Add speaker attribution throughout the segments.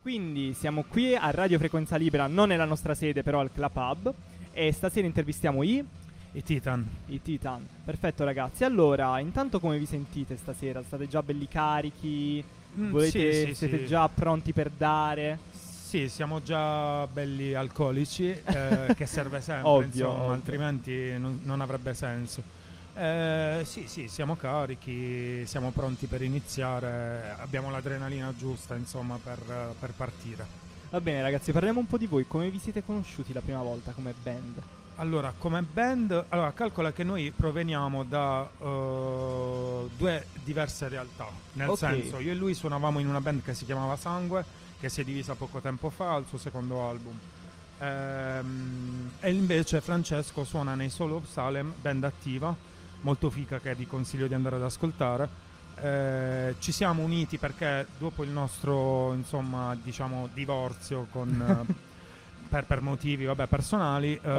Speaker 1: Quindi siamo qui a Radio Frequenza Libera, non nella nostra sede, però al Club Hub. E stasera intervistiamo i,
Speaker 2: I Titan.
Speaker 1: i Titan. Perfetto, ragazzi. Allora, intanto come vi sentite stasera? State già belli carichi?
Speaker 2: Mm,
Speaker 1: Volete,
Speaker 2: sì, sì,
Speaker 1: siete
Speaker 2: sì.
Speaker 1: già pronti per dare?
Speaker 2: Sì, siamo già belli alcolici, eh, che serve sempre,
Speaker 1: Ovvio,
Speaker 2: insomma,
Speaker 1: ovvio.
Speaker 2: altrimenti non, non avrebbe senso. Eh, sì, sì, siamo carichi, siamo pronti per iniziare, abbiamo l'adrenalina giusta, insomma, per, per partire.
Speaker 1: Va bene, ragazzi, parliamo un po' di voi. Come vi siete conosciuti la prima volta come band?
Speaker 2: Allora, come band, allora, calcola che noi proveniamo da eh, due diverse realtà. Nel
Speaker 1: Ok.
Speaker 2: senso, io e lui suonavamo in una band che si chiamava Sangue, che si è divisa poco tempo fa al suo secondo album. Ehm, e invece Francesco suona nei Solo of Salem, band attiva, molto fica che vi consiglio di andare ad ascoltare. Eh, ci siamo uniti perché dopo il nostro insomma diciamo divorzio con, eh, per, per motivi vabbè, personali eh,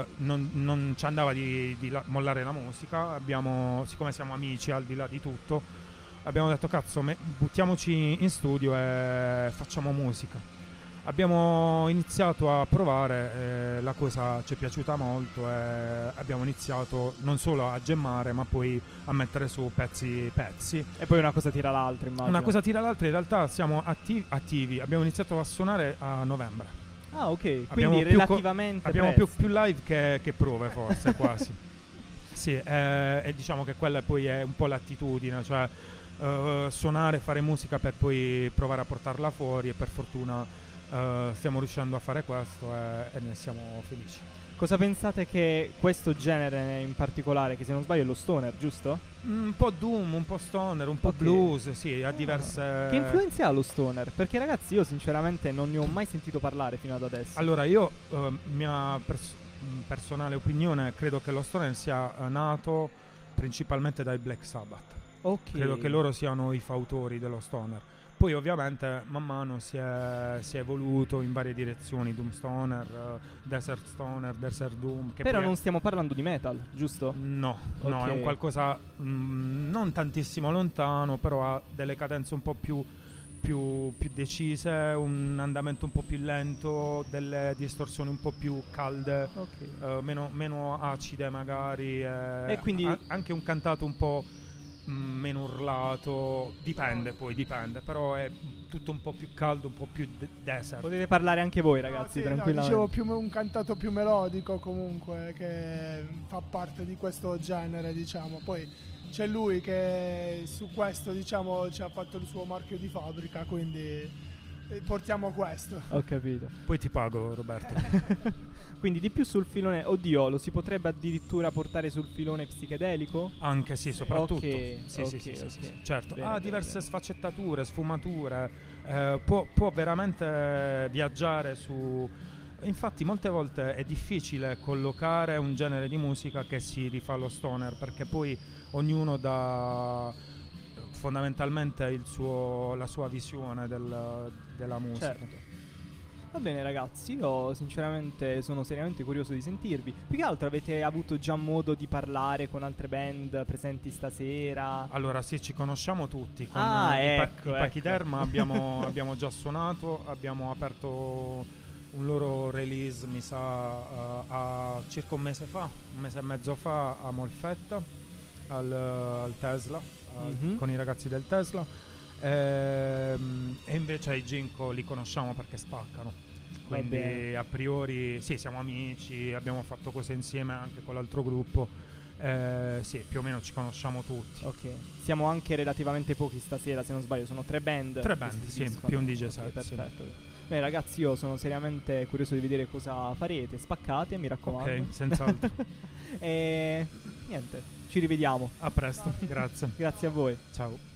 Speaker 1: Ok.
Speaker 2: non, non ci andava di, di la- mollare la musica abbiamo, siccome siamo amici al di là di tutto abbiamo detto cazzo me- buttiamoci in studio e facciamo musica abbiamo iniziato a provare eh, la cosa ci è piaciuta molto e abbiamo iniziato non solo a gemmare ma poi a mettere su pezzi pezzi
Speaker 1: E poi una cosa tira l'altra, immagino.
Speaker 2: una cosa tira l'altra in realtà siamo atti- attivi abbiamo iniziato a suonare a novembre
Speaker 1: Ah, ok. Quindi
Speaker 2: Abbiamo più co-
Speaker 1: relativamente.
Speaker 2: Abbiamo più,
Speaker 1: presto.
Speaker 2: più live che, che prove, forse, quasi. Sì, eh, e diciamo che quella poi è un po' l'attitudine, cioè eh, suonare, fare musica per poi provare a portarla fuori e per fortuna eh, stiamo riuscendo a fare questo e, e ne siamo felici.
Speaker 1: Cosa pensate che questo genere in particolare, che se non sbaglio è lo stoner, giusto?
Speaker 2: Mm, Un po' doom, un po' stoner, un po'
Speaker 1: Ok. Ah.
Speaker 2: blues, sì, ha diverse...
Speaker 1: Che influenza ha lo stoner? Perché ragazzi io sinceramente non ne ho mai sentito parlare fino ad adesso.
Speaker 2: Allora, io, eh, mia pers- mh, personale opinione, credo che lo stoner sia eh, nato principalmente dai Black Sabbath.
Speaker 1: ok.
Speaker 2: Credo che loro siano i fautori dello stoner. Poi ovviamente man mano si è, si è evoluto in varie direzioni, Doom Stoner, eh, Desert Stoner, Desert Doom. Che
Speaker 1: Però
Speaker 2: poi è-
Speaker 1: non stiamo parlando di metal, giusto?
Speaker 2: No, no, è
Speaker 1: Ok.
Speaker 2: un qualcosa mm, non tantissimo lontano, però ha delle cadenze un po' più, più- più decise, un andamento un po' più lento, delle distorsioni un po' più calde.
Speaker 1: Ok.
Speaker 2: Eh, meno, meno acide magari eh,
Speaker 1: E quindi-
Speaker 2: a- anche un cantato un po' mh, meno urlato dipende poi dipende però è tutto un po' più caldo un po' più de- desert
Speaker 1: Potete parlare anche voi ragazzi,
Speaker 3: ragazzi,
Speaker 1: tranquillamente.
Speaker 3: dicevo più un cantato più melodico comunque che fa parte di questo genere, diciamo. Poi c'è lui che su questo, diciamo, ci ha fatto il suo marchio di fabbrica, quindi eh, portiamo questo.
Speaker 1: Ho capito.
Speaker 2: poi ti pago Roberto
Speaker 1: Quindi di più sul filone, oddio, lo si potrebbe addirittura portare sul filone psichedelico?
Speaker 2: anche sì soprattutto
Speaker 1: Ok,
Speaker 2: sì,
Speaker 1: ok,
Speaker 2: sì, sì, sì, sì,
Speaker 1: ok.
Speaker 2: sì, certo
Speaker 1: Bene,
Speaker 2: ha
Speaker 1: bene,
Speaker 2: diverse
Speaker 1: bene.
Speaker 2: sfaccettature sfumature eh, può, può veramente viaggiare su Infatti molte volte è difficile collocare un genere di musica che si rifà allo stoner perché poi ognuno dà fondamentalmente il suo- la sua visione del- della musica.
Speaker 1: Certo. Va bene ragazzi, io sinceramente sono seriamente curioso di sentirvi. Più che altro avete avuto già modo di parlare con altre band presenti stasera?
Speaker 2: Allora sì, ci conosciamo tutti, con
Speaker 1: Ah,
Speaker 2: eh, i, pa-
Speaker 1: ecco,
Speaker 2: i Pachiderma
Speaker 1: ecco.
Speaker 2: abbiamo, abbiamo già suonato, abbiamo aperto un loro release mi sa eh, a circa un mese fa, un mese e mezzo fa a Molfetta, al, al Tesla, al-
Speaker 1: Mhm.
Speaker 2: con i ragazzi del Tesla. Ehm, e invece i Ginko li conosciamo perché spaccano. Quindi
Speaker 1: bene.
Speaker 2: a priori sì, siamo amici, abbiamo fatto cose insieme anche con l'altro gruppo. Eh, sì, più o meno ci conosciamo tutti.
Speaker 1: Ok, siamo anche relativamente pochi stasera, se non sbaglio, sono tre band.
Speaker 2: Tre
Speaker 1: che
Speaker 2: band,
Speaker 1: si
Speaker 2: sì,
Speaker 1: esibiscono.
Speaker 2: più un DJ
Speaker 1: Ok,
Speaker 2: set, sì.
Speaker 1: Perfetto. Bene ragazzi, io sono seriamente curioso di vedere cosa farete, spaccate, mi raccomando.
Speaker 2: Ok, senz'altro.
Speaker 1: e niente, ci rivediamo.
Speaker 2: A presto, grazie.
Speaker 1: Grazie a voi.
Speaker 2: Ciao.